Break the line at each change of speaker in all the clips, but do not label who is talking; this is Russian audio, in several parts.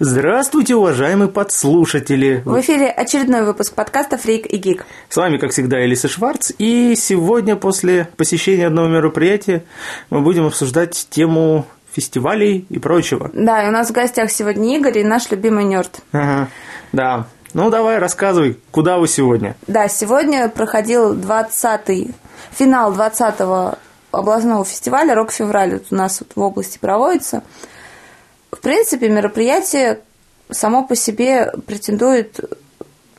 Здравствуйте, уважаемые подслушатели!
В эфире очередной выпуск подкаста «Фрик и Гик».
С вами, как всегда, Элиса Шварц, и сегодня после посещения одного мероприятия мы будем обсуждать тему фестивалей и прочего.
Да, и у нас в гостях сегодня Игорь и наш любимый нерд.
Ага, да. Ну, давай, рассказывай, куда вы сегодня?
Да, сегодня проходил 20-й, финал 20-го областного фестиваля «Рок-февраль» вот у нас вот в области проводится. В принципе, мероприятие само по себе претендует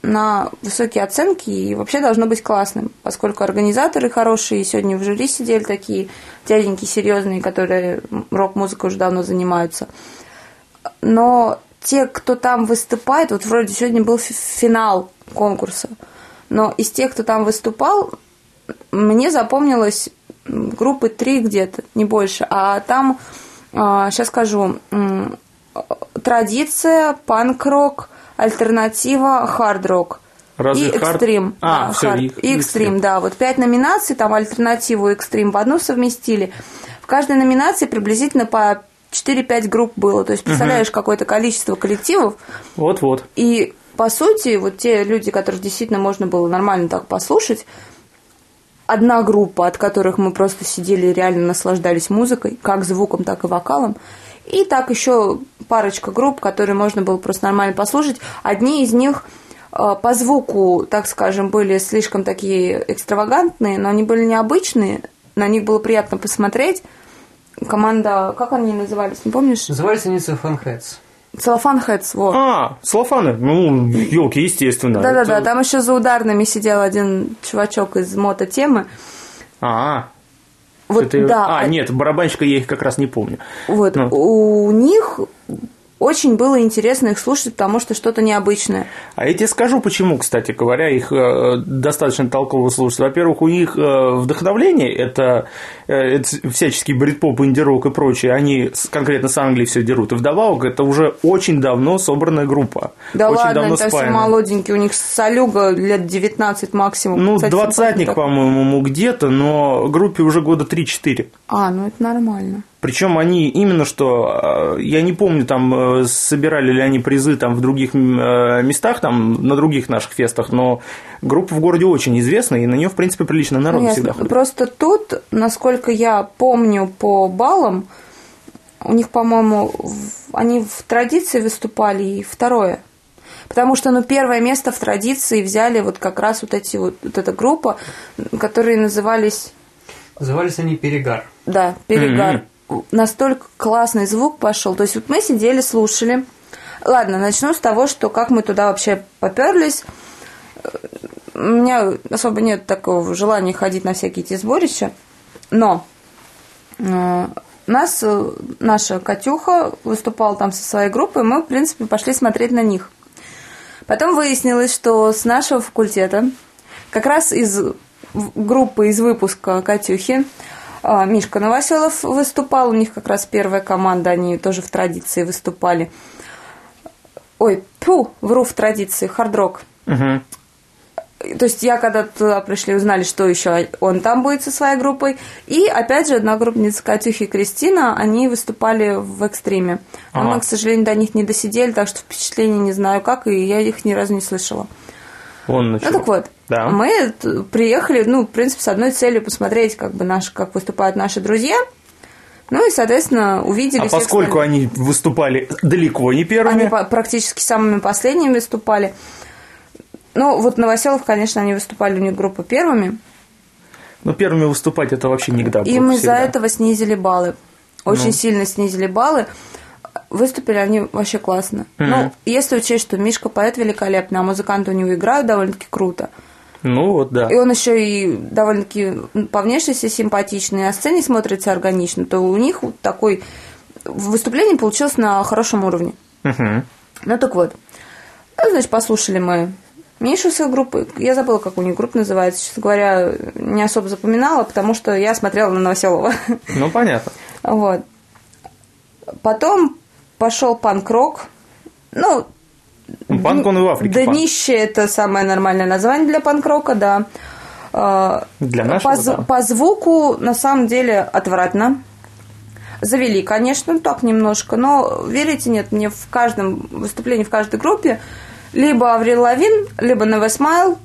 на высокие оценки и вообще должно быть классным, поскольку организаторы хорошие, и сегодня в жюри сидели такие дяденьки серьезные, которые рок-музыкой уже давно занимаются. Но те, кто там выступает, вот вроде сегодня был фи- финал конкурса, но из тех, кто там выступал, мне запомнилось группы три где-то, не больше, а там сейчас скажу, традиция, панк-рок, альтернатива, хард-рок.
Разве
и
хард?
экстрим.
А,
да,
всё,
хард.
и-
И
и
экстрим,
экстрим.
да. Вот пять номинаций, там альтернативу и экстрим в одну совместили. В каждой номинации приблизительно по 4-5 групп было. То есть, представляешь, какое-то количество коллективов.
Вот-вот.
И, по сути, вот те люди, которых действительно можно было нормально так послушать, одна группа, от которых мы просто сидели и реально наслаждались музыкой, как звуком, так и вокалом. И так еще парочка групп, которые можно было просто нормально послушать. Одни из них э, по звуку, так скажем, были слишком такие экстравагантные, но они были необычные, на них было приятно посмотреть. Команда, как они назывались, не помнишь?
Назывались они Cellophane Heads.
Целлофан Хэтс, вот.
А, слофаны. Ну, елки, естественно.
Да-да-да,
А Это-
там еще за ударными сидел один чувачок из мототемы.
А,
Вот,
это-
да, э,
а, нет, барабанщика я их как раз не помню.
Вот,
ну.
у них очень было интересно их слушать, потому что что-то необычное.
А я тебе скажу, почему, кстати говоря, их э, достаточно толково слушать. Во-первых, у них э, вдохновление, это, э, это всяческий брит-поп, инди-рок и прочее, они с- конкретно с Англией все дерут. И вдобавок, это уже очень давно собранная группа.
Да
очень
ладно,
давно
они там все
спаянная.
молоденькие, у них солюга лет 19 максимум.
Ну,
Кстати,
двадцатник,
симпатично.
по-моему, где-то, но группе уже года 3-4.
А, ну это нормально.
Причем они именно что, э, я не помню, там э, собирали ли они призы там в других м, э, местах, там на других наших фестах, но группа в городе очень известна, и на нее, в принципе, прилично народ
Ну, ясно.
всегда ходит.
Просто тут, насколько я помню по баллам, у них, по-моему, в- они в традиции выступали и второе. Потому что, ну, первое место в традиции взяли вот как раз вот эти вот, вот эта группа, которые назывались,
Назывались они Перегар.
да, Перегар. Настолько классный звук пошел. То есть вот мы сидели, слушали. Ладно, начну с того, что как мы туда вообще поперлись. У меня особо нет такого желания ходить на всякие эти сборища. Но э, нас, э, наша Катюха выступала там со своей группой, мы, в принципе, пошли смотреть на них. Потом выяснилось, что с нашего факультета, как раз из в- группы из выпуска Катюхи, э, Мишка Новоселов выступал, у них как раз первая команда, они тоже в традиции выступали. Ой, пу, вру в традиции, хардрок.
Мгм.
То есть я когда туда пришли, узнали, что еще он там будет со своей группой. И опять же, одногруппница Катюхи и Кристина, они выступали в экстриме. Но
Ага.
мы, к сожалению, до них не досидели, так что впечатление не знаю как, и я их ни разу не слышала.
Вон на
Ну
чё.
так вот,
Да.
мы т- приехали, ну, в принципе, с одной целью посмотреть, как бы наши, как выступают наши друзья. Ну и, соответственно, увидели
А
всех
поскольку
остальных.
они выступали далеко не первыми,
Они по- практически самыми последними выступали. Ну, вот Новоселов, конечно, они выступали, у них группа первыми.
но первыми выступать это вообще не к
Им из-за этого снизили баллы. Очень
Ну.
сильно снизили баллы. Выступили они вообще классно.
Мгм.
Ну, если учесть, что Мишка поэт великолепный, а музыканты у него играют довольно-таки круто.
Ну вот да.
И он еще и довольно-таки по внешности симпатичный, и на сцене смотрится органично, то у них вот такой выступление получилось на хорошем уровне.
Мгм.
Ну так вот. Ну, значит, послушали мы Мишу с их группы. Я забыла, как у них группа называется. Честно говоря, не особо запоминала, потому что я смотрела на Новоселова.
Ну понятно.
Вот. Потом пошел панк-рок. Ну,
Ну, Панк он и в Африке. панк.
днище – это самое нормальное название для панк-рока, да. Э,
Для нашего,
по, зв-
да.
по звуку, на самом деле, отвратно. Завели, конечно, ну, так немножко, но верите, нет, мне в каждом выступлении, в каждой группе либо Аврил Лавин, либо Невесмайл,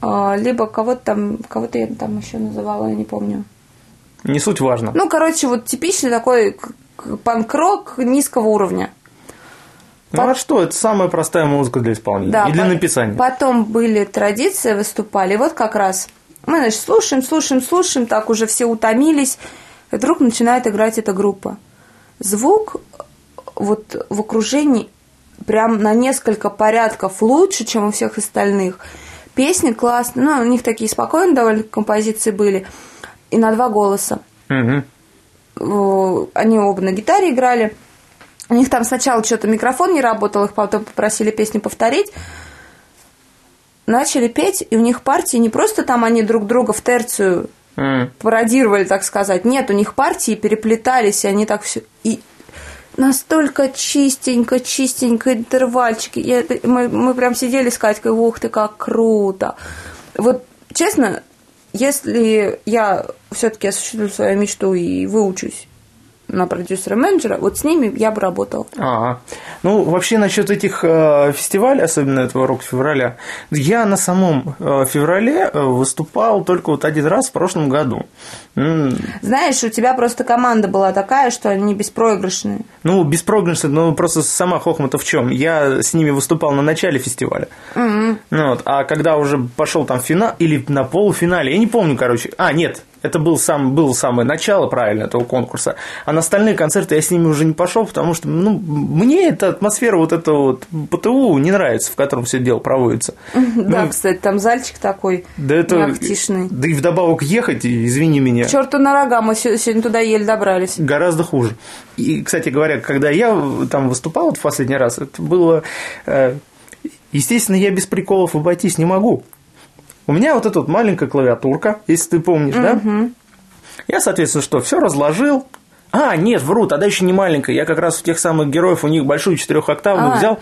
либо кого-то там, кого-то я там еще называла, я не помню.
Не суть важно.
Ну, короче, вот типичный такой к- панк-рок низкого уровня.
Ну а что, это самая простая музыка для исполнения и для
по-
написания.
Потом были традиции, выступали. И вот как раз мы, значит, слушаем, слушаем, слушаем, так уже все утомились. И вдруг начинает играть эта группа. Звук э, вот в окружении прям на несколько порядков лучше, чем у всех остальных. Песни классные, ну, у них такие спокойные довольно композиции были, и на два голоса
Мгм.
э, они оба на гитаре играли. У них там сначала что-то микрофон не работал, их потом попросили песню повторить. Начали петь, и у них партии не просто там они друг друга в терцию
М.
пародировали, так сказать. Нет, у них партии переплетались, и они так все... И настолько чистенько, чистенько интервальчики. Я это- мы, мы прям сидели с Катькой, ух ты, как круто. Вот, честно, если я все-таки осуществлю свою мечту и выучусь на продюсера-менеджера, вот с ними я бы работала.
Ага. Ну, вообще, насчет этих э, фестивалей, особенно этого рок-февраля, я на самом э, феврале э, выступал только вот один раз в прошлом году. М,
Знаешь, у тебя просто команда была такая, что они беспроигрышные.
Ну, беспроигрышно, ну просто сама хохма-то в чем? Я с ними выступал на начале фестиваля. Ну, вот, а когда уже пошел там финал или на полуфинале, я не помню, короче. А, нет, это был сам, было самое начало, правильно, этого конкурса. А на остальные концерты я с ними уже не пошел, потому что, ну, мне эта атмосфера вот этого вот ПТУ не нравится, в котором все дело проводится.
Да,
Ну,
кстати, там зальчик такой
да это...
неактишный.
Да и вдобавок ехать, и- извини меня.
К черту на рога, мы сё- сегодня туда еле добрались.
гораздо хуже. И, кстати говоря, когда я э, там выступал вот в последний раз, это было... э, Естественно, я без приколов обойтись не могу. У меня вот эта вот маленькая клавиатурка, если ты помнишь, да? Я, соответственно, что, все разложил. А, нет, вру, тогда еще не маленькая. Я как раз у тех самых героев, у них большую четырехоктавную
А.
взял.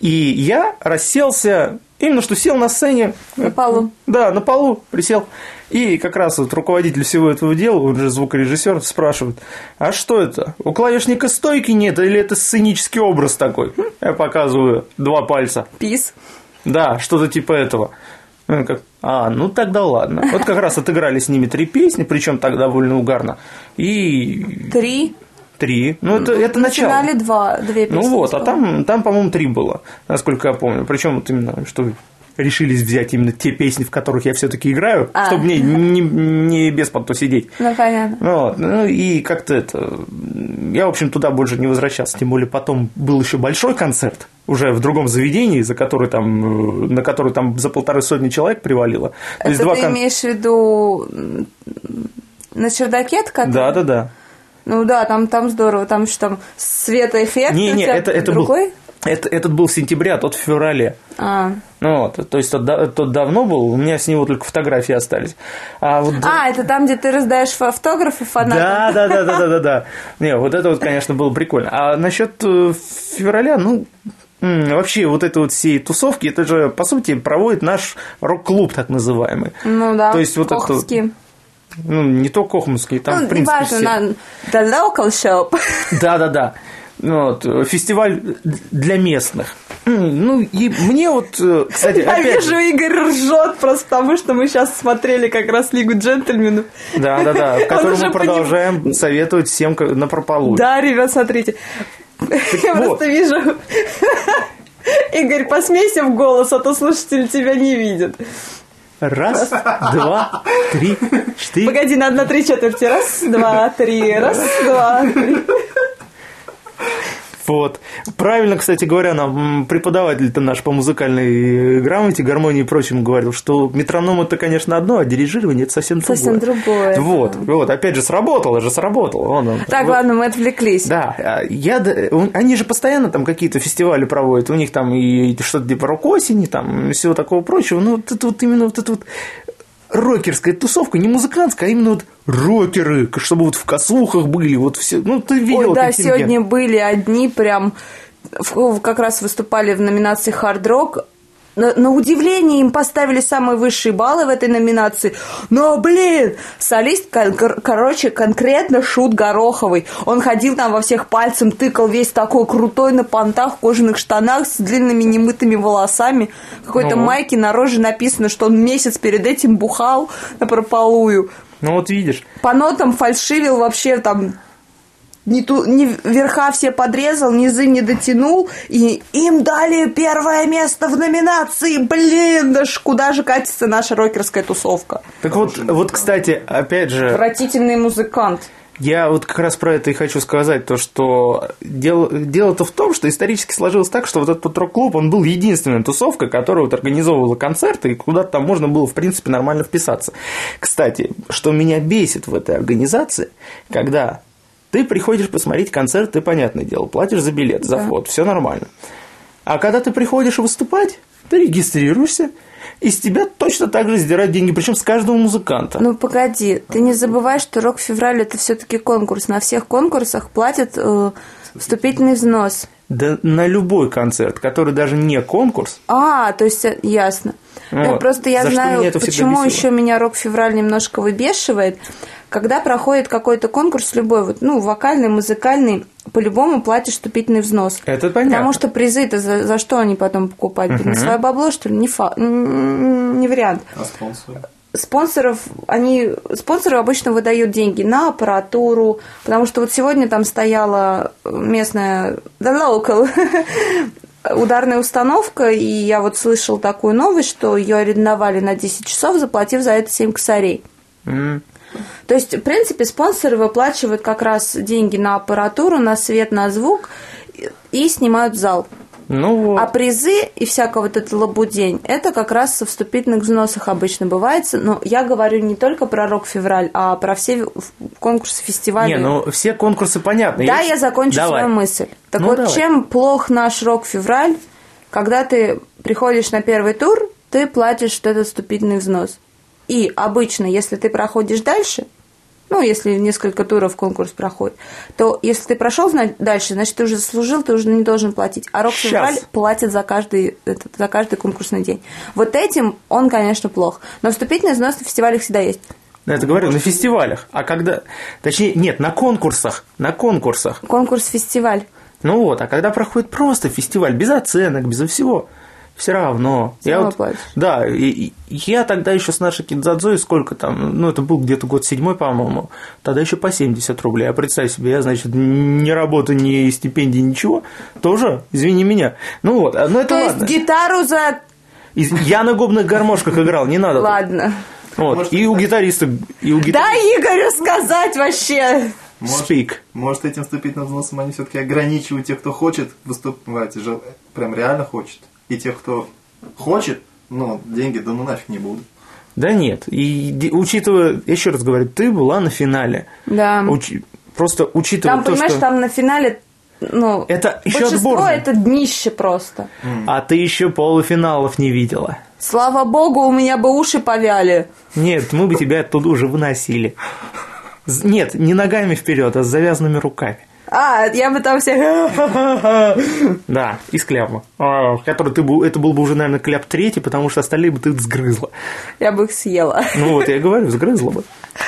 И я расселся, именно что сел на сцене.
На полу.
Да, на полу присел. И как раз вот руководитель всего этого дела, он же звукорежиссер, спрашивает, а что это? У клавишника стойки нет или это сценический образ такой? Хм, Я показываю два пальца.
Пис.
Да, что-то типа этого. Ну, как, а, ну тогда ладно. Вот как раз отыграли с ними три песни, причем так довольно угарно. И
Три.
три. Ну, это, это
На
начало.
финале два, две песни.
Ну вот, а
было.
там, там по-моему, три было, насколько я помню. Причем вот именно, что решились взять именно те песни, в которых я все-таки играю,
А.
чтобы мне не, не без понту сидеть.
Ну, понятно.
Ну, вот, ну и как-то это... Я, в общем, туда больше не возвращался. Тем более потом был еще большой концерт уже в другом заведении, за который там, э, на который там за полторы сотни человек привалило. То есть
Это
два
ты
кон-
имеешь в виду м, на чердаке как
Да, да, да.
Ну да, там, там здорово, там что там светоэффект.
Не,
у
не,
тебя
это, это был.
другой?
Это, этот был в сентябре, а тот в феврале.
А.
Ну вот, то есть тот, да- тот давно был, у меня с него только фотографии остались. А вот
а, это там, где ты раздаешь фо- автографы фанатам.
да, да, да, да, да, да, да. Не, вот это вот, конечно, было прикольно. А насчет э, февраля, ну, м, вообще вот это вот все тусовки, это же, по сути, проводит наш рок-клуб, так называемый.
Ну да,
То есть вот это вот-
коховские.
Ну, не то Кохманский, там,
ну,
в принципе,
неважно,
все.
на The Local Shop.
Да, да, да. Вот, э, фестиваль для местных. М, Ну, и мне вот, э, кстати,
Я
опять же,
вижу, Игорь ржет просто потому, что мы сейчас смотрели как раз Лигу джентльменов.
да, да, да, в котором
уже
мы
поним-
продолжаем советовать всем на прополу.
Да, ребят, смотрите. Я
вот.
просто вижу... Игорь, посмейся в голос, а то слушатели тебя не видят.
Раз, два, три, четыре.
Погоди, надо на три четверти. Раз, два, три. Раз, два, три.
Вот. Правильно, кстати говоря, нам м, преподаватель-то наш по музыкальной э, грамоте, гармонии и прочему говорил, что метроном это, конечно, одно, а дирижирование это совсем другое.
Совсем другое,
Вот, вот, опять же, сработало же, сработало. Вон он.
Так,
Вот.
ладно, мы отвлеклись.
Да, а я, д- у- они же постоянно там какие-то фестивали проводят, у них там и что-то типа рок-осени, там и всего такого прочего, но вот это вот именно вот это вот рокерская тусовка, не музыкантская, а именно вот рокеры, чтобы вот в косухах были, вот все, ну ты видел
Ой,
вот
да,
эти легенды.
сегодня были одни прям... в- Как раз выступали в номинации «Хард-рок».
на, на удивление им поставили самые высшие баллы в этой номинации. Но, блин, солист, кон- кор- короче, конкретно Шут Гороховый. Он ходил там во всех пальцем, тыкал весь такой крутой на понтах, в кожаных штанах с длинными немытыми волосами. В Какой-то
Ну.
майке на роже написано, что он месяц перед этим бухал на прополую.
Ну вот видишь.
По нотам фальшивил вообще там не, ту, не верха все подрезал, низы не дотянул, и им дали первое место в номинации. Блин, да ж куда же катится наша рокерская тусовка?
Так вот, вот, кстати, опять же,
Отвратительный музыкант.
я вот как раз про это и хочу сказать, то, что дело- дело-то в том, что исторически сложилось так, что вот этот вот рок-клуб, он был единственной тусовкой, которая вот организовывала концерты, и куда-то там можно было, в принципе, нормально вписаться. Кстати, что меня бесит в этой организации, когда ты приходишь посмотреть концерт, ты, понятное дело, платишь за билет, за
Да.
вход, все нормально. А когда ты приходишь выступать, ты регистрируешься, и с тебя точно так же сдирают деньги, причем с каждого музыканта.
Ну погоди, ты не забывай, что рок февраль это все-таки конкурс. На всех конкурсах платят э, вступительный взнос.
Да на любой концерт, который даже не конкурс.
А, то есть э, ясно.
Ну
Да,
вот.
просто я
За что
знаю,
меня это всегда
почему
бесило.
еще меня рок февраль немножко выбешивает. Когда проходит какой-то конкурс любой, вот, ну, вокальный, музыкальный, по-любому платишь вступительный взнос.
Это понятно.
Потому что призы-то за, за что они потом покупают? На свое бабло, что ли? Не, фа- м, не вариант
А спонсоры?
спонсоров, они, спонсоры обычно выдают деньги на аппаратуру, потому что вот сегодня там стояла местная, the local, ударная установка, и я вот слышал такую новость, что ее арендовали на 10 часов, заплатив за это 7 косарей.
М.
То есть, в принципе, спонсоры выплачивают как раз деньги на аппаратуру, на свет, на звук и- и снимают зал.
Ну вот.
А призы и всякая вот эта лабудень, это как раз со вступительных взносах обычно бывает. Но я говорю не только про рок-февраль, а про все в- конкурсы, фестивали.
не, ну все конкурсы понятны.
да, я закончу
Давай.
свою мысль. Так
Ну,
вот,
давай.
чем плох наш рок-февраль, когда ты приходишь на первый тур, ты платишь вот этот вступительный взнос. И обычно, если ты проходишь дальше, ну, если несколько туров конкурс проходит, то если ты прошел зна- дальше, значит, ты уже заслужил, ты уже не должен платить. А рок-февраль
Щас.
платит за каждый, этот, за каждый конкурсный день. Вот этим он, конечно, плох. Но вступительный взнос на фестивалях всегда есть.
Я это говорю, на фестивалях. А когда... Точнее, нет, на конкурсах. На конкурсах.
Конкурс-фестиваль.
Ну вот, а когда проходит просто фестиваль, без оценок, безо всего, все равно.
Всё
я
равно
вот-
платишь.
да, и- и я тогда еще с нашей Кидзадзой, сколько там, ну это был где-то год седьмой, по-моему, тогда еще по 70 рублей. А представь себе, я, значит, ни работы, ни стипендии, ничего, тоже, извини меня. Ну вот, а, ну это
То
ладно.
есть гитару за...
И Я на губных гармошках играл, не надо. тут.
Ладно.
Вот,
Может,
и у гитариста, и у
Да,
гитариста.
Игорю сказать вообще.
Speak.
Может, этим вступительным взносом они все-таки ограничивают тех, кто хочет выступать, же прям реально хочет. И тех, кто хочет, ну, деньги, да ну нафиг не будут.
Да нет. И де- учитывая, я еще раз говорю, ты была на финале.
Да.
Учи- Просто учитывая
Там,
то,
понимаешь,
что...
там на финале, ну,
Это ещё
большинство
отборные.
это днище просто.
А ты еще полуфиналов не видела.
Слава богу, у меня бы уши повяли.
Нет, мы бы тебя оттуда уже выносили. З- Нет, не ногами вперед, а с завязанными руками.
А, я бы там всех...
Да, из кляпа. А, Который ты бы, это был бы уже, наверное, кляп третий, потому что остальные бы ты сгрызла.
Я бы их съела.
Ну вот, я говорю, сгрызла бы.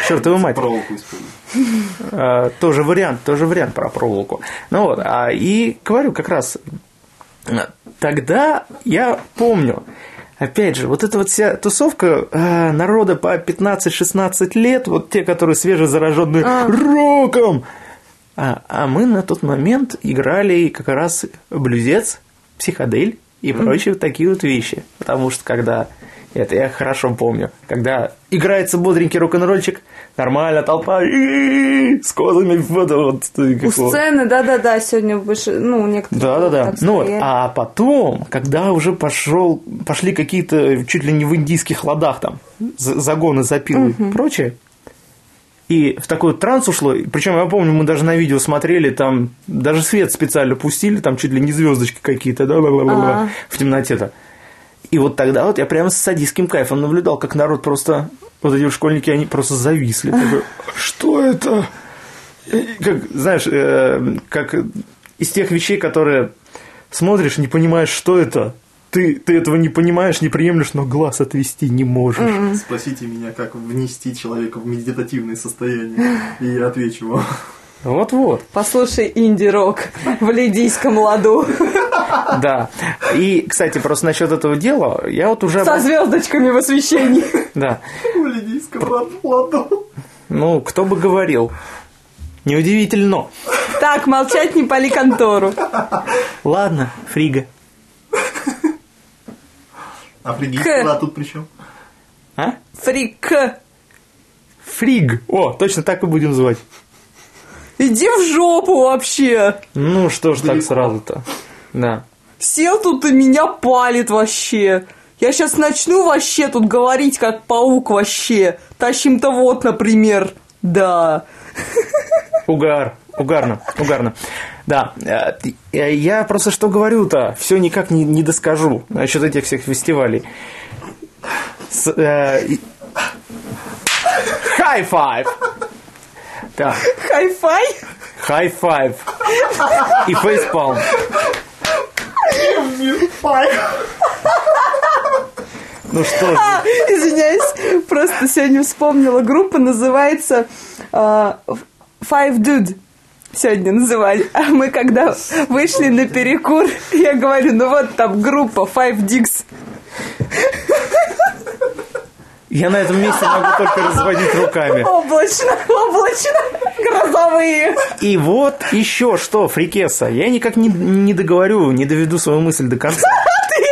Чертова мать.
Проволоку используют.
Э, тоже вариант, тоже вариант про проволоку. Ну вот, а и говорю как раз, э, тогда я помню, опять же, вот эта вот вся тусовка э, народа по 15-16 лет, вот те, которые свежезараженные
А.
роком, а, а мы на тот момент играли как раз блюзец, психодель и прочие вот такие вот вещи. Потому что когда... Это я хорошо помню. Когда играется бодренький рок-н-ролльчик, нормально, толпа и с козами вот, вот, как
У
вот.
сцены, да-да-да, сегодня больше, ну, некоторые...
Да, да, да.
так
Ну вот,
стояли.
а потом, когда уже пошел, пошли какие-то чуть ли не в индийских ладах там за- загоны, запилы и прочее, и в такой вот транс ушло. Причем я помню, мы даже на видео смотрели, там даже свет специально пустили, там чуть ли не звездочки какие-то, да, бла-бла-бла-бла,
А.
в темноте-то. И вот тогда вот я прям с садистским кайфом наблюдал, как народ просто, вот эти вот школьники, они просто зависли. Такой, что это? И Как, знаешь, э, как из тех вещей, которые смотришь, не понимаешь, что это. ты, ты этого не понимаешь, не приемлешь, но глаз отвести не можешь.
Спросите меня, как внести человека в медитативное состояние, и я отвечу вам.
Вот-вот.
Послушай инди-рок в лидийском ладу
Да. И, кстати, просто насчет этого дела, я вот уже...
со звездочками в освещении.
Да.
У лидийского ладу.
Ну, кто бы говорил. Неудивительно.
Так, молчать не пали контору.
Ладно, Фрига.
А фригийский
К.
лад тут при чем?
А?
Фрик,
Фриг. О, точно так и будем звать.
иди в жопу вообще.
Ну, что ж так
Далеко.
сразу-то. Да.
Сел тут и меня палит вообще. Я сейчас начну вообще тут говорить, как паук вообще. Тащим-то вот, например. Да.
Угар. Угарно, угарно. Да, э, э, я просто что говорю-то, все никак не, не доскажу насчет этих всех фестивалей. С, э, и- Хай-файв! Да,
Хай-фай.
хай-файв. И фейспалм. Ну что ж,
А, извиняюсь, просто сегодня вспомнила. Группа называется а, Five Dude. Сегодня называли. А мы когда вышли на перекур, я говорю, ну вот там группа Five Dicks.
я на этом месте могу только разводить руками.
Облачно, облачно, грозовые.
И вот еще что, Фрикеса. Я никак не, не договорю, не доведу свою мысль до конца.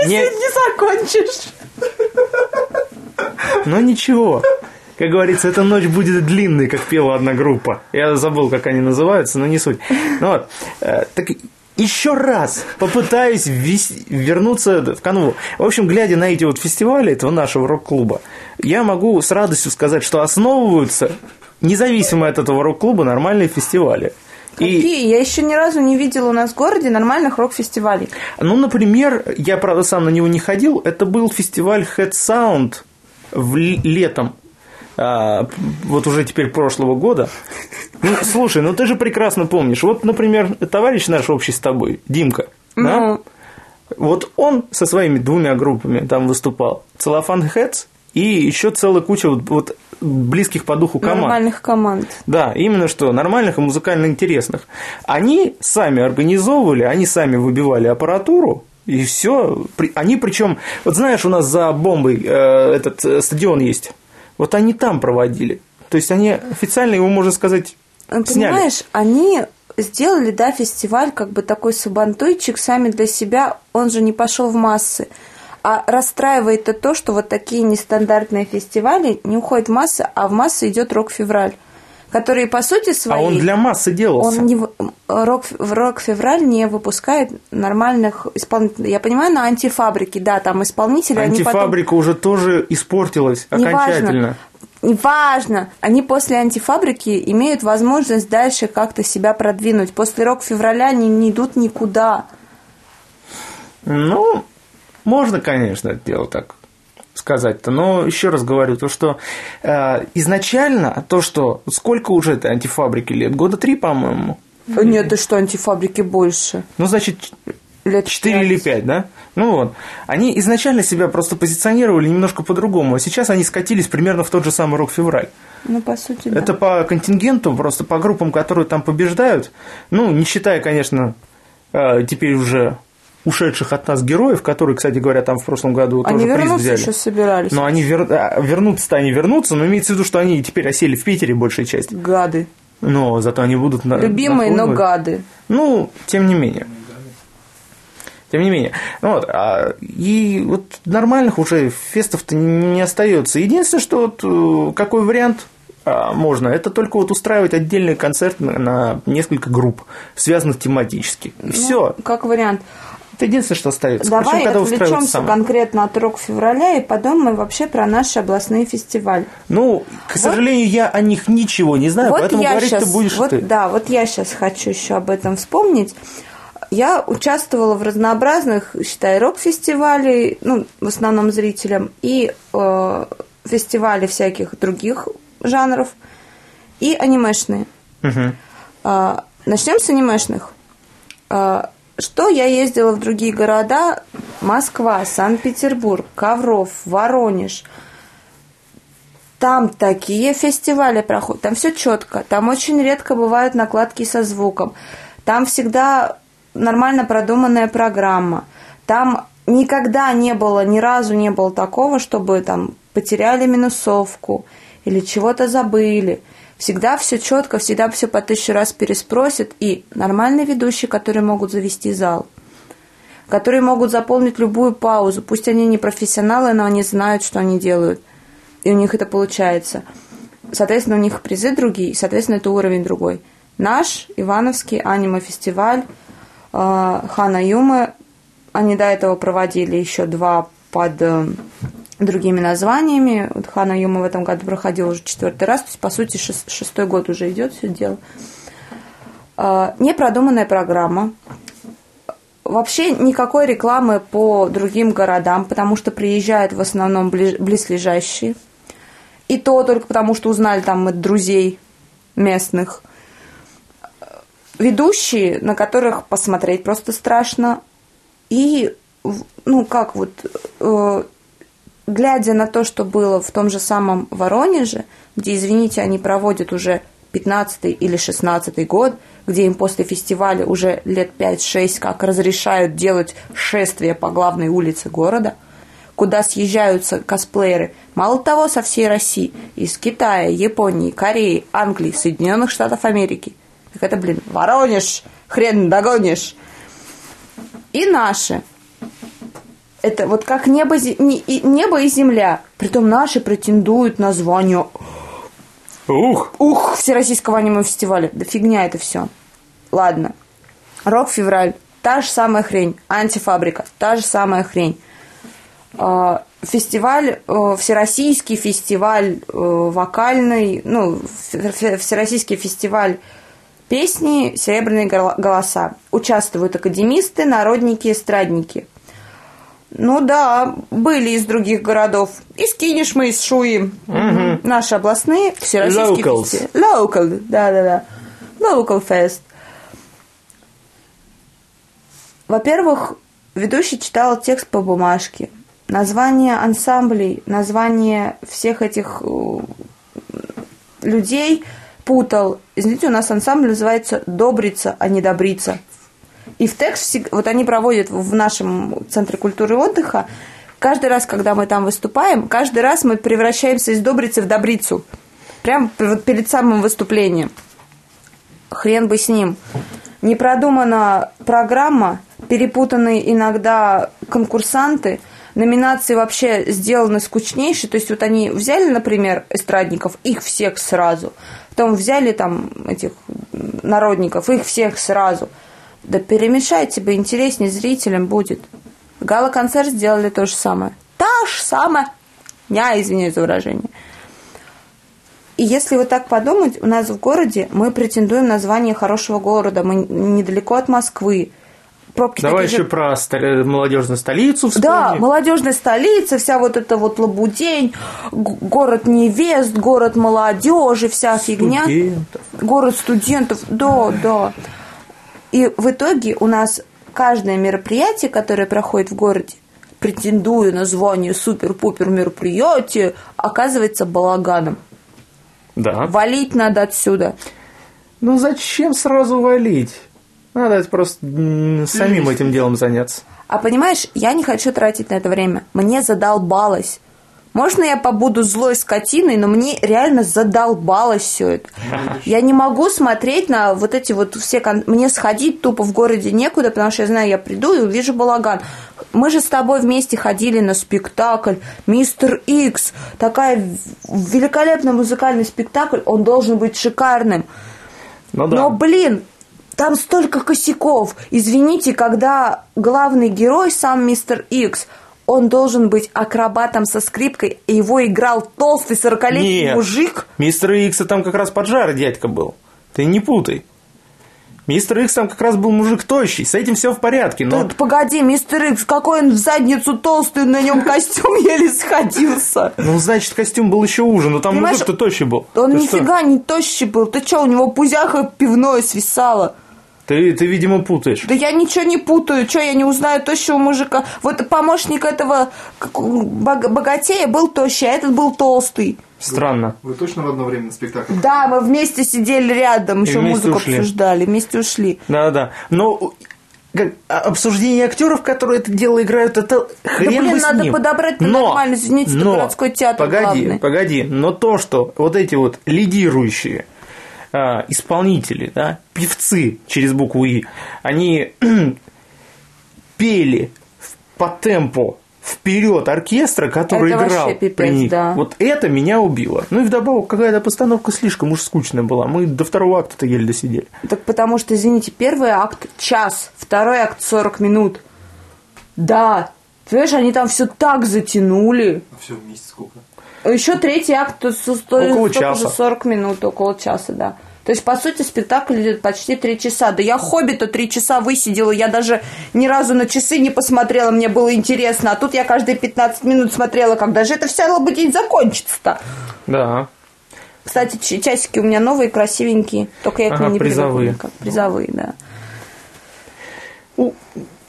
Ты
Не-
сегодня закончишь.
Но ничего. Как говорится, эта ночь будет длинной, как пела одна группа. Я забыл, как они называются, но не суть. Ну вот. Э, Так еще раз попытаюсь ввести- вернуться в канву. В общем, глядя на эти вот фестивали этого нашего рок-клуба, я могу с радостью сказать, что основываются, независимо от этого рок-клуба, нормальные фестивали. И-
Какие? Я еще ни разу не видела у нас в городе нормальных рок-фестивалей.
Ну, например, я, правда, сам на него не ходил. Это был фестиваль Head Sound в л- летом. а, п- вот уже теперь прошлого года. Ну, слушай, ну ты же прекрасно помнишь. Вот, например, товарищ наш общий с тобой, Димка, да?
Ну,
Вот он со своими двумя группами там выступал. Целлофан Heads и еще целая куча вот, вот близких по духу команд.
нормальных команд.
Да, именно что, нормальных и музыкально интересных. Они сами организовывали, они сами выбивали аппаратуру, и все. Они причем, вот знаешь, у нас за бомбой э, этот э, стадион есть. Вот они там проводили. То есть они официально его, можно сказать,
Э,
сняли.
Понимаешь, они сделали, да, фестиваль, как бы такой субантуйчик сами для себя, он же не пошел в массы. А расстраивает-то то, что вот такие нестандартные фестивали не уходят в массы, а в массы идет рок-февраль, который, по сути,
а
своей...
он для массы делался.
он не в- м, рок, в рок-февраль не выпускает нормальных исполнителей. Я понимаю, на антифабрике, да, там исполнители, они потом
Антифабрика уже тоже испортилась
Неважно.
окончательно.
Неважно, они после антифабрики имеют возможность дальше как-то себя продвинуть. После рок-февраля они не идут никуда.
Ну, можно, конечно, это дело так сказать-то, но еще раз говорю, то, что э, изначально то, что сколько уже этой антифабрики лет, года три, по-моему,
Нет, ты что, антифабрики больше?
ну, значит,
Лет
4
пять.
или 5, да? Ну вот. Они изначально себя просто позиционировали немножко по-другому, а сейчас они скатились примерно в тот же самый рок-февраль.
Ну, по сути, да.
Это по контингенту, просто по группам, которые там побеждают. Ну, не считая, конечно, э, теперь уже ушедших от нас героев, которые, кстати говоря, там в прошлом году
Они
тоже приз
вернуться
взяли.
еще собирались.
Но они вер- а, вернутся-то они вернутся, но имеется в виду, что они теперь осели в Питере большая часть.
Гады.
Но зато они будут на-
Любимые, но
нахлынуть.
гады.
Ну, тем не менее. Тем не менее. Ну Вот, а, и вот нормальных уже фестов-то не остается. Единственное, что вот, э, какой вариант а, можно, это только вот устраивать отдельный концерт на, на несколько групп, связанных тематически. Все.
Как вариант.
Это единственное, что остается.
Ну, Давай
Причем, когда устраиваются
отвлечемся
сам.
конкретно от рок-февраля и подумаем вообще про наши областные фестивали.
Ну, к сожалению, я о них ничего не знаю, поэтому говорить
щас-
ты будешь
вот,
ты.
Да, вот я сейчас хочу еще об этом вспомнить. Я участвовала в разнообразных, считай, рок-фестивалей, ну, в основном зрителям, и э, фестивалей всяких других жанров, и анимешные.
Мгм.
А, Начнем с анимешных. А, Что я ездила в другие города Москва, Санкт-Петербург, Ковров, Воронеж. Там такие фестивали проходят, там все четко, там очень редко бывают накладки со звуком, там всегда нормально продуманная программа, там никогда не было, ни разу не было такого, чтобы там потеряли минусовку или чего-то забыли. Всегда все четко, всегда все по тысячу раз переспросят, и нормальные ведущие, которые могут завести зал, которые могут заполнить любую паузу. Пусть они не профессионалы, но они знают, что они делают, и у них это получается. Соответственно, у них призы другие, и, соответственно, это уровень другой. Наш Ивановский аниме-фестиваль э, Хана Юмы, они до этого проводили еще два под э, другими названиями. Вот Хана Юма в этом году проходила уже четвертый раз, то есть, по сути, шест- шестой год уже идет все дело. Э, Непродуманная программа. Вообще никакой рекламы по другим городам, потому что приезжают в основном ближ- близлежащие. И то только потому, что узнали там от друзей местных. Э, Ведущие, на которых посмотреть просто страшно. И, в- ну, как вот, э, глядя на то, что было в том же самом Воронеже, где, извините, они проводят уже 15 или 16 год, где им после фестиваля уже лет 5-6 как разрешают делать шествие по главной улице города, куда съезжаются косплееры, мало того, со всей России, из Китая, Японии, Кореи, Англии, Соединенных Штатов Америки. Так это, блин, Воронеж, хрен догонишь. И наши, это вот как небо, зе- не- и- небо и земля. Притом наши претендуют на звание
Ух!
ух, Всероссийского аниме-фестиваля. Да фигня это все. Ладно. Рок-февраль. Та же самая хрень. Антифабрика. Та же самая хрень. А, Фестиваль, э, всероссийский фестиваль э, вокальный, ну, фе- фе- всероссийский фестиваль песни «Серебряные гол- голоса». Участвуют академисты, народники, эстрадники. Ну да, были из других городов. Из Кинешмы, из Шуи. Наши областные, всероссийские
Locals.
фестивали. Local, да-да-да. Local Fest. Во-первых, ведущий читал текст по бумажке. Название ансамблей, название всех этих э, людей путал. Извините, у нас ансамбль называется «Добрица», а не «Добрица». И в текст всег- вот они проводят в нашем Центре культуры и отдыха, каждый раз, когда мы там выступаем, каждый раз мы превращаемся из добрицы в добрицу. Прям п- вот перед самым выступлением. Хрен бы с ним. Не продумана программа, перепутаны иногда конкурсанты, номинации вообще сделаны скучнейшие. То есть вот они взяли, например, эстрадников, их всех сразу. Потом взяли там этих м, народников, их всех сразу. Да перемешай, тебе интереснее зрителям будет. Гала-концерт сделали то же самое. Та же самая. Я извиняюсь за выражение. И если вот так подумать, у нас в городе мы претендуем на звание хорошего города. Мы недалеко от Москвы. Пробки
Давай
такие
еще
же-
про стар- молодежную столицу вспомним.
Да, молодежная столица, вся вот эта вот лабудень, г- город невест, город молодежи, вся фигня.
Студентов.
Город студентов, да, да. И в итоге у нас каждое мероприятие, которое проходит в городе, претендуя на звание супер-пупер мероприятие, оказывается балаганом.
Да.
Валить надо отсюда.
Ну зачем сразу валить? Надо это просто м, самим этим делом заняться.
А понимаешь, я не хочу тратить на это время. Мне задолбалось. Можно я побуду злой скотиной, но мне реально задолбалось все это. Я не могу смотреть на вот эти вот все... кон- Мне сходить тупо в городе некуда, потому что я знаю, я приду и увижу балаган. Мы же с тобой вместе ходили на спектакль «Мистер Икс». Такая в- великолепный музыкальный спектакль, он должен быть шикарным.
Ну да.
Но, блин, там столько косяков. Извините, когда главный герой, сам мистер Икс, он должен быть акробатом со скрипкой, и его играл толстый 40-летний
Нет.
мужик.
Мистер Икса там как раз поджарый дядька был. Ты не путай. Мистер Икс там как раз был мужик тощий. С этим все в порядке. Но
Тут, погоди, мистер Икс, какой он в задницу толстый, на нем костюм еле сходился.
Ну, значит, костюм был еще уже, но там
Понимаешь,
мужик-то тощий был.
Он
Ты что?
нифига не тощий был. Ты что, у него пузяха пивное свисало.
Ты, ты, видимо, путаешь.
Да я ничего не путаю, что я не узнаю тощего мужика. Вот помощник этого как- бог- богатея был тощий, а этот был толстый.
Странно.
Вы точно в одно время на спектакле?
Да, мы вместе сидели рядом, еще
вместе
музыку
ушли.
обсуждали, вместе ушли.
Да, да. Но как, а- обсуждение актеров, которые это дело играют, это хрен
блин,
бы с
надо
ним.
подобрать-то
Но-
нормально, извините, это
но,
городской театр
Погоди,
главный.
погоди. Но то, что вот эти вот лидирующие а, исполнители, да, певцы через букву И, они пели в- по темпу вперед оркестра, который
Это вообще
играл при
пипец,
них.
да.
Вот это меня убило. Ну и вдобавок какая-то постановка слишком уж скучная была. Мы до второго акта-то еле досидели.
Так потому что, извините, первый акт час, второй акт 40 минут. Да, ты понимаешь, они там все так затянули.
А все вместе сколько?
Еще третий акт то- то- то-
Около
столько
часа.
же 40 минут, около часа, да. То есть, по сути, спектакль идет почти три часа. Да я хоббита три часа высидела, я даже ни разу на часы не посмотрела, мне было интересно. А тут я каждые 15 минут смотрела, когда же это вся лабудень закончится-то.
Да.
Кстати, ч- часики у меня новые, красивенькие, только я к
Ага,
ним не
призовые.
привыкла. никак. Призовые, да.
У-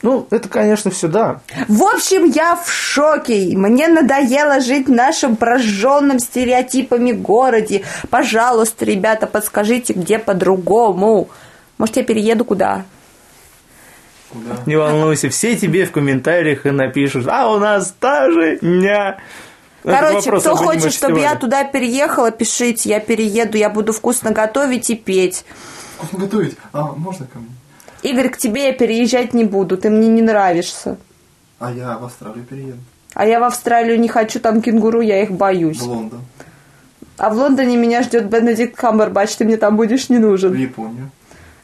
Ну, это, конечно, все да.
В общем, я в шоке. Мне надоело жить в нашем прожженном стереотипами городе. Пожалуйста, ребята, подскажите, где по-другому. Может, я перееду куда?
Куда?
Не волнуйся, все тебе в комментариях и напишут, а у нас та же Ну, дня.
Короче, кто хочет, чтобы я туда переехала, пишите, я перееду, я буду вкусно готовить и петь.
Вкусно готовить. А, можно ко мне?
Игорь, к тебе я переезжать не буду, ты мне не нравишься.
А я в Австралию перееду.
А я в Австралию не хочу, там кенгуру, я их боюсь.
В Лондон.
А в Лондоне меня ждет Бенедикт Камбербэтч, ты мне там будешь не
В
нужен.
Японию.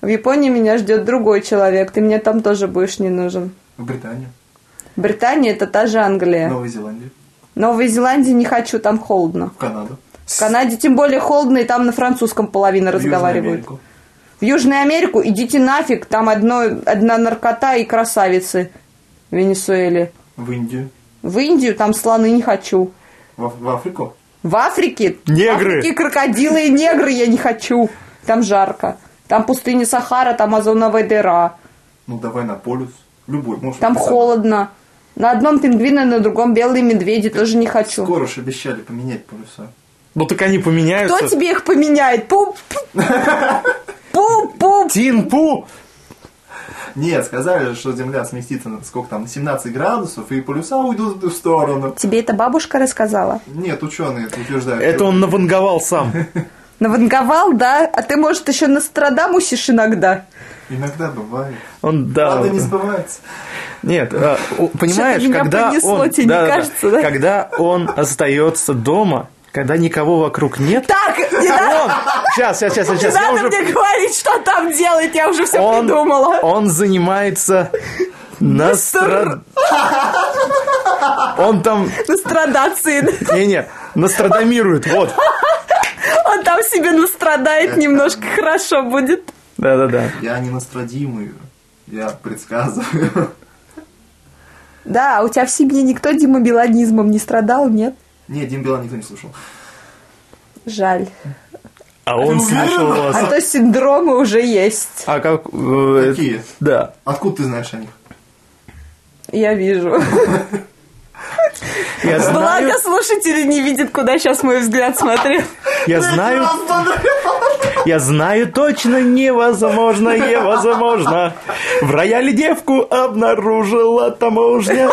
В Японии меня ждет другой человек, ты мне там тоже будешь не нужен.
В Британию.
Британия это та же Англия.
Новую Зеландию.
Новой Зеландии не хочу, там холодно.
В Канаду.
В Канаде тем более холодно, и там на французском половина
в Южную
разговаривают.
Америку.
В Южную Америку идите нафиг, там одно, одна наркота и красавицы в Венесуэле.
В Индию.
В Индию там слоны не хочу.
В, Аф- в Африку.
В Африке?
Негры.
В Африке крокодилы и негры я не хочу. Там жарко. Там пустыня Сахара, там озоновая дыра.
Ну давай на полюс. Любой. Может,
Там
сам.
холодно. На одном пингвины, на другом белые медведи. Тоже не хочу.
Скоро же обещали поменять полюса.
Ну так они поменяются.
Кто тебе их поменяет? Пуп! Пуп-пуп!
Тин-пу!
Нет, сказали же, что Земля сместится на сколько там, на 17 градусов, и полюса уйдут в сторону.
Тебе это бабушка рассказала?
Нет, ученые это утверждают.
Это он наванговал сам.
Наванговал, да? А ты, может, еще Нострадамусишь иногда?
Иногда бывает.
Он
Правда
дал.
не сбывается.
Нет, а, о, понимаешь,
меня
когда
понесло,
он,
тебе не кажется, да?
когда он остается дома, когда никого вокруг нет,
Так, не надо,
он, сейчас, сейчас, сейчас,
не
сейчас, я
надо
уже,
мне говорить, что там делать, я уже все
он,
придумала.
он занимается Нострад... Он там
Настрадацин.
Не-не, Нострадамирует, вот.
Он там себе настрадает немножко, хорошо будет.
Да-да-да.
Я не настрадимую. Я предсказываю.
Да, а у тебя в семье никто димобилонизмом не страдал, нет?
Нет, Дим Билан никто не слушал.
Жаль.
А он слышал вас.
А то синдромы уже есть.
А как... э,
Какие?
Да.
Откуда ты знаешь о них?
Я вижу.
Я знаю,
Благо слушатели не видят, куда сейчас мой взгляд смотрел.
я знаю, я знаю точно невозможно, невозможно. В рояле девку обнаружила таможня.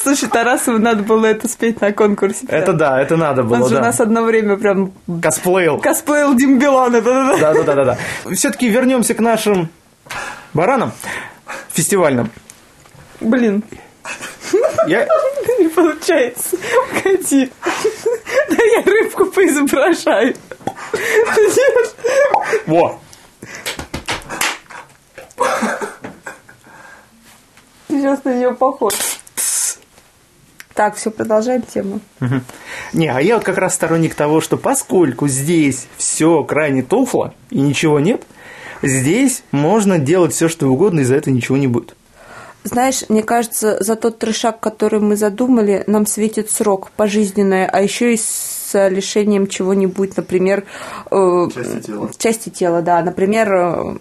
Слушай, Тарасову надо было это спеть на конкурсе.
Это да, это надо
Он
было,
же у
да.
нас одно время прям
Косплеил.
косплеил Димбелана. Да-да-да.
Да-да-да. да. Все-таки вернемся к нашим баранам фестивальным.
Блин,
Я,
не получается. Погоди. Да я рыбку поизображаю. Нет.
во,
Сейчас на нее похож.
Так, все, продолжаем тему.
Не, а я вот как раз сторонник того, что поскольку здесь все крайне туфло и ничего нет, здесь можно делать все, что угодно, и за это ничего не будет.
Знаешь, мне кажется, за тот трешак, который мы задумали, нам светит срок пожизненное, а еще и с- с лишением чего-нибудь, например, э,
Части тела.
части тела, да, например, э,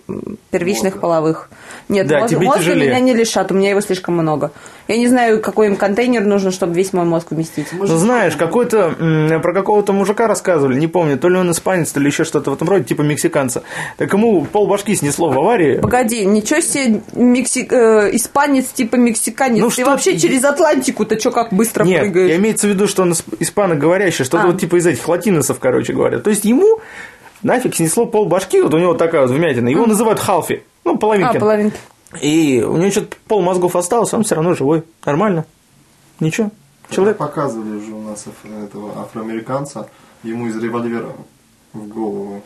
первичных
Мозга.
половых. Нет,
Да,
моз-
тебе
мозга
тяжелее.
меня не лишат, у меня его слишком много. Я не знаю, какой им контейнер нужно, чтобы весь мой мозг уместить.
Ну, знаешь, какой-то м, про какого-то мужика рассказывали, не помню, то ли он испанец, то ли еще что-то в этом роде, типа мексиканца. Так ему пол башки снесло в аварии.
Погоди, ничего себе мекси- э, испанец типа мексиканец.
Ну
Ты
что-
вообще через Атлантику-то что как быстро
Нет,
прыгаешь?
я имеется в виду, что он исп- испаноговорящий, что-то
А.
вот типа из этих латиносов, короче говоря. То есть ему нафиг снесло пол башки, вот у него такая вот вмятина. Его называют Халфи, ну,
А,
половинки.
половинки.
И у него что-то пол мозгов осталось, он все равно живой. Нормально. Ничего. Человек.
Показывали уже у нас аф- этого афроамериканца, ему из револьвера в голову.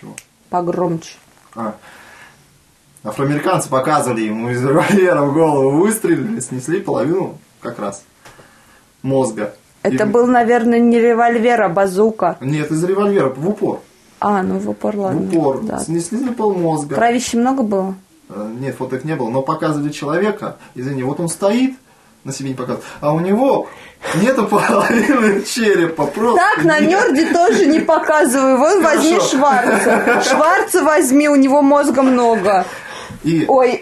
Чего?
Погромче.
А. Афроамериканцы показывали ему из револьвера в голову, выстрелили, снесли половину как раз мозга.
Это
И-
был, наверное, не револьвер, а базука.
Нет, из револьвера, в упор.
А, ну в упор,
В
ладно.
упор.
Да.
Снесли на полмозга.
Кровища много было?
Э, Нет, фоток не было, но показывали человека, извини, вот он стоит, на себе не показывают, а у него нету половины черепа, просто
Так, на
нет.
Нерде тоже не показывай. Вон
Хорошо.
возьми Шварца. Шварца возьми, у него мозга много.
И
Ой,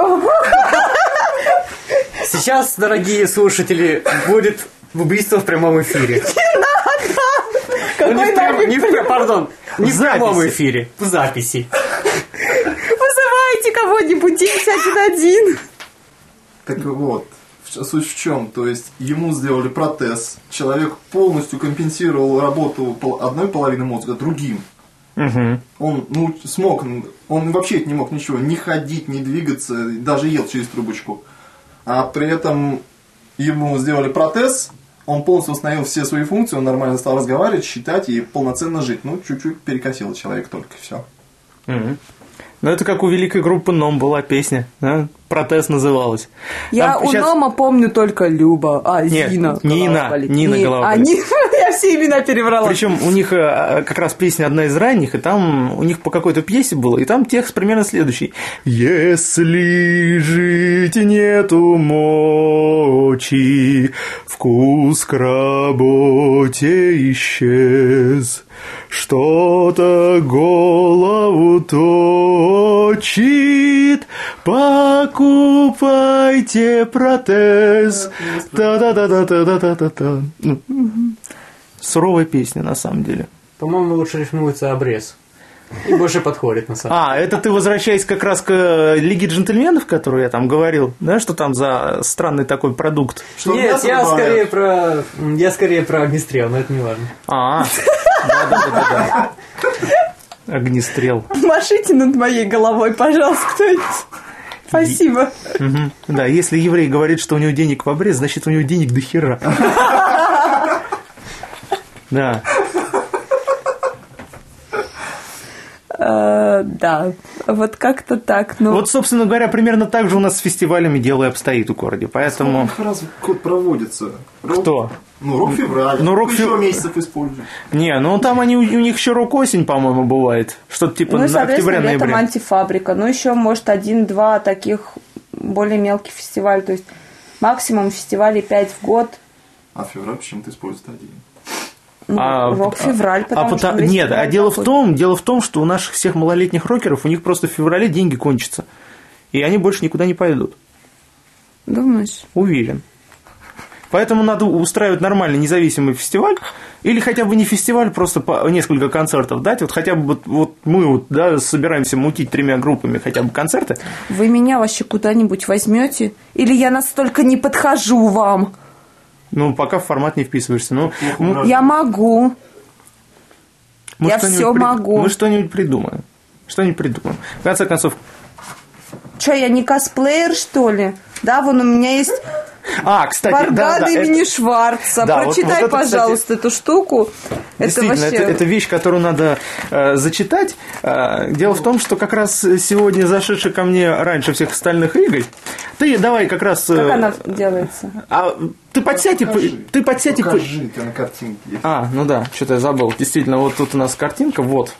Сейчас, дорогие слушатели, будет убийство в прямом эфире. Ну, не в прям- не в прям- Пардон, не в
записи.
прямом эфире, в записи.
вызывайте кого-нибудь, 51
так вот, в- суть в чем, то есть ему сделали протез, человек полностью компенсировал работу пол- одной половины мозга другим.
Мгм.
Он ну, смог, он вообще не мог ничего, не ходить, не двигаться, даже ел через трубочку. А при этом ему сделали протез, он полностью восстановил все свои функции, он нормально стал разговаривать, считать и полноценно жить. Ну, чуть-чуть перекосил человек только, все.
Мгм. Ну, это как у великой группы Ном была песня. да? Протез называлась.
Я
Там
у
щас-
Нома помню только Люба, а
Нет,
Зина.
Нина,
Голова болит.
Нина
Не-
голова
а,
болит.
Нина, я все имена переврала.
Причем у них э, как раз песня одна из ранних, и там у них по какой-то пьесе было, и там текст примерно следующий. Если жить нету мочи, вкус к работе исчез, что-то голову точит, покупайте протез. Та-да-да-да-да-да-да-да. Ну, суровая песня на самом деле.
По-моему, лучше рифмуется обрез. И больше подходит на самом
А, это ты возвращаясь как раз к э, Лиге джентльменов, которую я там говорил, да, что там за странный такой продукт.
Что
Нет,
мясо
я
добавляют?
скорее про... Я скорее про огнестрел, но это не важно.
А, да-да-да-да. Огнестрел.
Машите над моей головой, пожалуйста, кто-нибудь. Спасибо.
Мгм. Да, если еврей говорит, что у него денег в обрез, значит у него денег до хера. Да.
Э, Да, вот как-то так. Ну,
Вот, собственно говоря, примерно так же у нас с фестивалями дело и обстоит в городе. Поэтому.
Сколько раз в год проводится?
Ну.
Рок-
Кто?
Ну, рок февраль.
Ну, рок
Еще
фев-
месяцев используем.
Не, ну там они у у них еще рок-осень, по-моему, бывает. Что-то типа
Ну и,
на
соответственно, летом
октября-ноября.
антифабрика. Ну, еще, может, один-два таких более мелких фестивалей. То есть максимум фестивалей 5 в год.
А февраль почему-то используют один.
Ну,
А,
рок-февраль, потому
А
что
пота-
весь
Нет, а
февраль
дело в
такой.
том, дело в том, что у наших всех малолетних рокеров у них просто в феврале деньги кончатся. И они больше никуда не пойдут.
Думаешь?
Уверен. Поэтому надо устраивать нормальный независимый фестиваль, или хотя бы не фестиваль, просто по несколько концертов дать. Вот хотя бы вот, вот мы вот, да, собираемся мутить тремя группами хотя бы концерты.
Вы меня вообще куда-нибудь возьмете? Или я настолько не подхожу вам?
Ну, пока в формат не вписываешься. Ну, м-
Я могу.
мы
Я
что-нибудь
всё могу.
Мы что-нибудь придумаем. Что-нибудь придумаем. В конце концов,
Че, я не косплеер, что ли? Да, вон у меня есть
а, кстати,
Баргада
да, да, это-
имени Шварца.
Да, вот-
Прочитай,
вот это, кстати,
пожалуйста, эту штуку. Это
Действительно,
вообще...
это, это вещь, которую надо э, зачитать. Э, дело в том, что как раз сегодня зашедший ко мне раньше всех остальных Игорь, ты давай как раз... э,
Как она делается?
а, ты подсядь и... по-
Покажи.
Ты подсядь и... по-
Покажи, ты на картинке есть.
А, ну да, что-то я забыл. Действительно, вот тут у нас картинка, вот.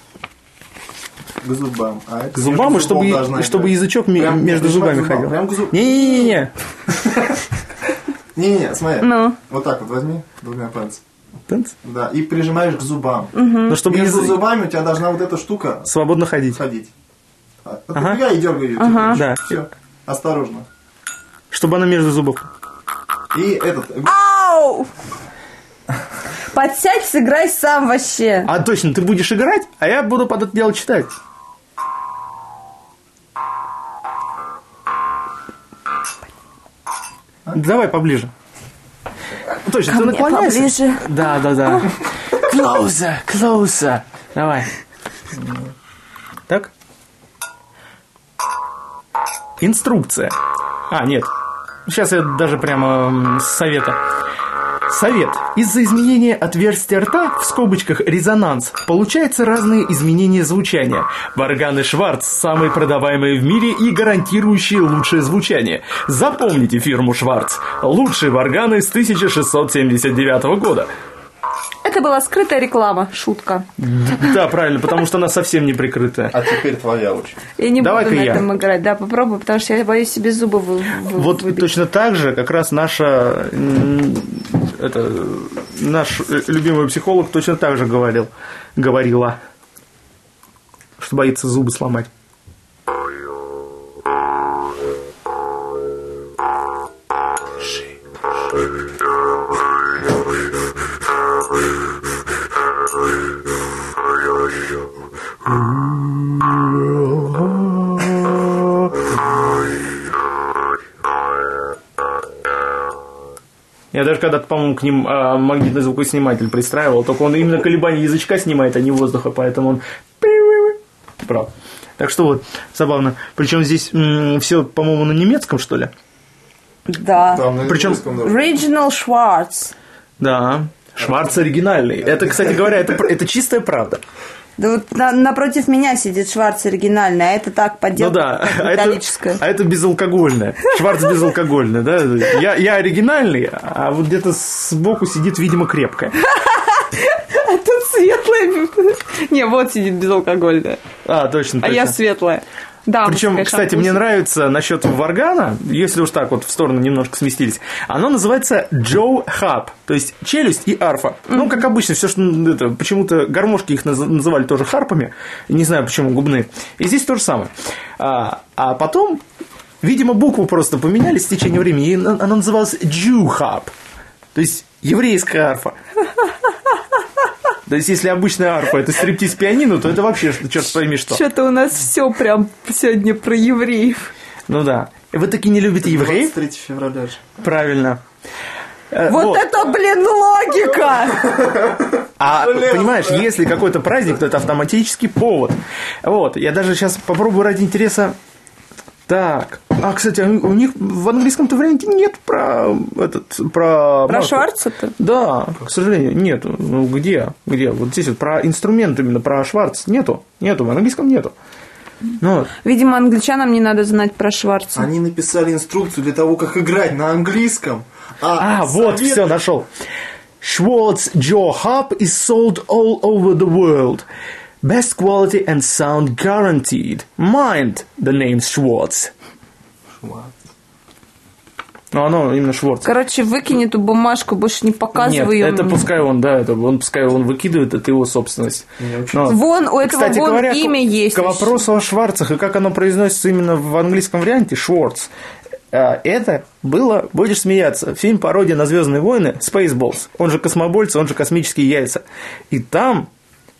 К зубам. А это
К зубам,
между
и чтобы,
зубом
и-
должна
и чтобы
играть.
язычок ме-
Прям-
между
прям к
зубами
зубам,
ходил.
Прям к зубам.
Не-не-не-не.
Не-не-не, смотри.
Ну.
Вот так вот возьми двумя пальцами.
Тынц.
Да, и прижимаешь к зубам.
Ну, чтобы не
Между
за-
зубами у тебя должна вот эта штука А,
свободно ходить.
ходить. От-
Ага.
Отодвигай и дергай ее.
Да.
Все, осторожно.
Чтобы она между зубов.
И этот...
Ау!
Подсядь, сыграй сам вообще.
А точно, ты будешь играть, а я буду под это дело читать. Давай поближе. Точно, ты наклоняйся.
поближе.
Да, да, да. Клоуза, клоуза. Давай. Так? Инструкция. А, нет. Сейчас я даже прямо м, с совета. Совет. Из-за изменения отверстия рта в скобочках резонанс получаются разные изменения звучания. Варганы Шварц – самые продаваемые в мире и гарантирующие лучшее звучание. Запомните фирму Шварц. Лучшие варганы с 1679 года.
Это была скрытая реклама, шутка.
Да, правильно, потому что она совсем не прикрытая.
А теперь твоя очередь.
Я не
Давай-ка
буду на
я.
этом играть. Да, попробуй, потому что я боюсь себе зубы вы- вы-
Вот
выбить.
точно так же как раз наша м, это, э, наш э, любимый психолог точно так же говорил, говорила, что боится зубы сломать. Я даже когда-то, по-моему, к ним а, магнитный звукосниматель пристраивал, только он именно колебание язычка снимает, а не воздуха, поэтому он... Прав. Так что вот, забавно. Причем здесь все, по-моему, на немецком, что ли?
Да.
Там на
Причем-
английском даже.
Original Schwartz.
Да. Шварц оригинальный. Это, кстати говоря, это, пр- это чистая правда.
Да вот на- напротив меня сидит Шварц оригинальный, а это так
Ну
подделка
да, а это,
металлическая.
а это безалкогольное. Шварц безалкогольное, да? Я, я оригинальный, а вот где-то сбоку сидит, видимо, крепкая.
А тут светлая. Не, вот сидит безалкогольная.
А, точно, точно.
А я светлая. Да,
Причем, кстати, мне нравится насчет Варгана, если уж так вот в сторону немножко сместились, оно называется Джоу Хаб, то есть челюсть и арфа. Ну, как обычно, все, что м, это, почему-то гармошки их наз- называли тоже харпами, не знаю почему губные. И здесь то же самое. А, а потом, видимо, букву просто поменяли с течением времени, и она она называлась Джу Хаб, то есть еврейская арфа. То есть, если обычная арфа это стриптиз пианино, то это вообще, черт пойми, что.
Что-то у нас все прям сегодня про евреев.
Ну да. Вы таки не любите евреев?
23 февраля же.
Правильно. Э,
Вот это, блин, логика!
А
Блин.
понимаешь, если какой-то праздник, то это автоматически повод. Вот, я даже сейчас попробую ради интереса. Так. А, кстати, а у у них в английском-то варианте нет про этот про.
Про
марку.
Шварца-то?
Да, к сожалению, нет. Ну где? Где? Вот здесь вот про инструмент именно про Шварц нету, нету в английском нету. Ну, вот.
Видимо, англичанам не надо знать про Шварца.
Они написали инструкцию для того, как играть на английском.
А, вот,
совет-
все, нашел. Schwartz Jaw Hub is sold all over the world. Best quality and sound guaranteed. Mind the name Schwartz. Ну, оно именно Шварц.
Короче, выкинь эту бумажку, больше не
Нет,
показывай ее.
это пускай он, да, это он пускай он выкидывает, это его собственность. Но-
Вон, у этого
Кстати
вон
говоря, к-
имя есть.
К вопросу о Шварцах и как оно произносится именно в английском варианте Шварц. а, Это было, будешь смеяться, фильм-пародия на «Звездные войны» Spaceballs. Он же космобольцы, он же космические яйца. И там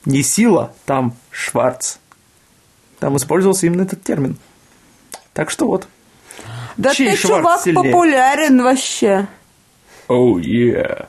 не сила, там Шварц. Там использовался именно этот термин. Так что вот.
Да
чей
ты,
Шварц
чувак,
сильнее?
популярен вообще.
Оу, oh, yeah.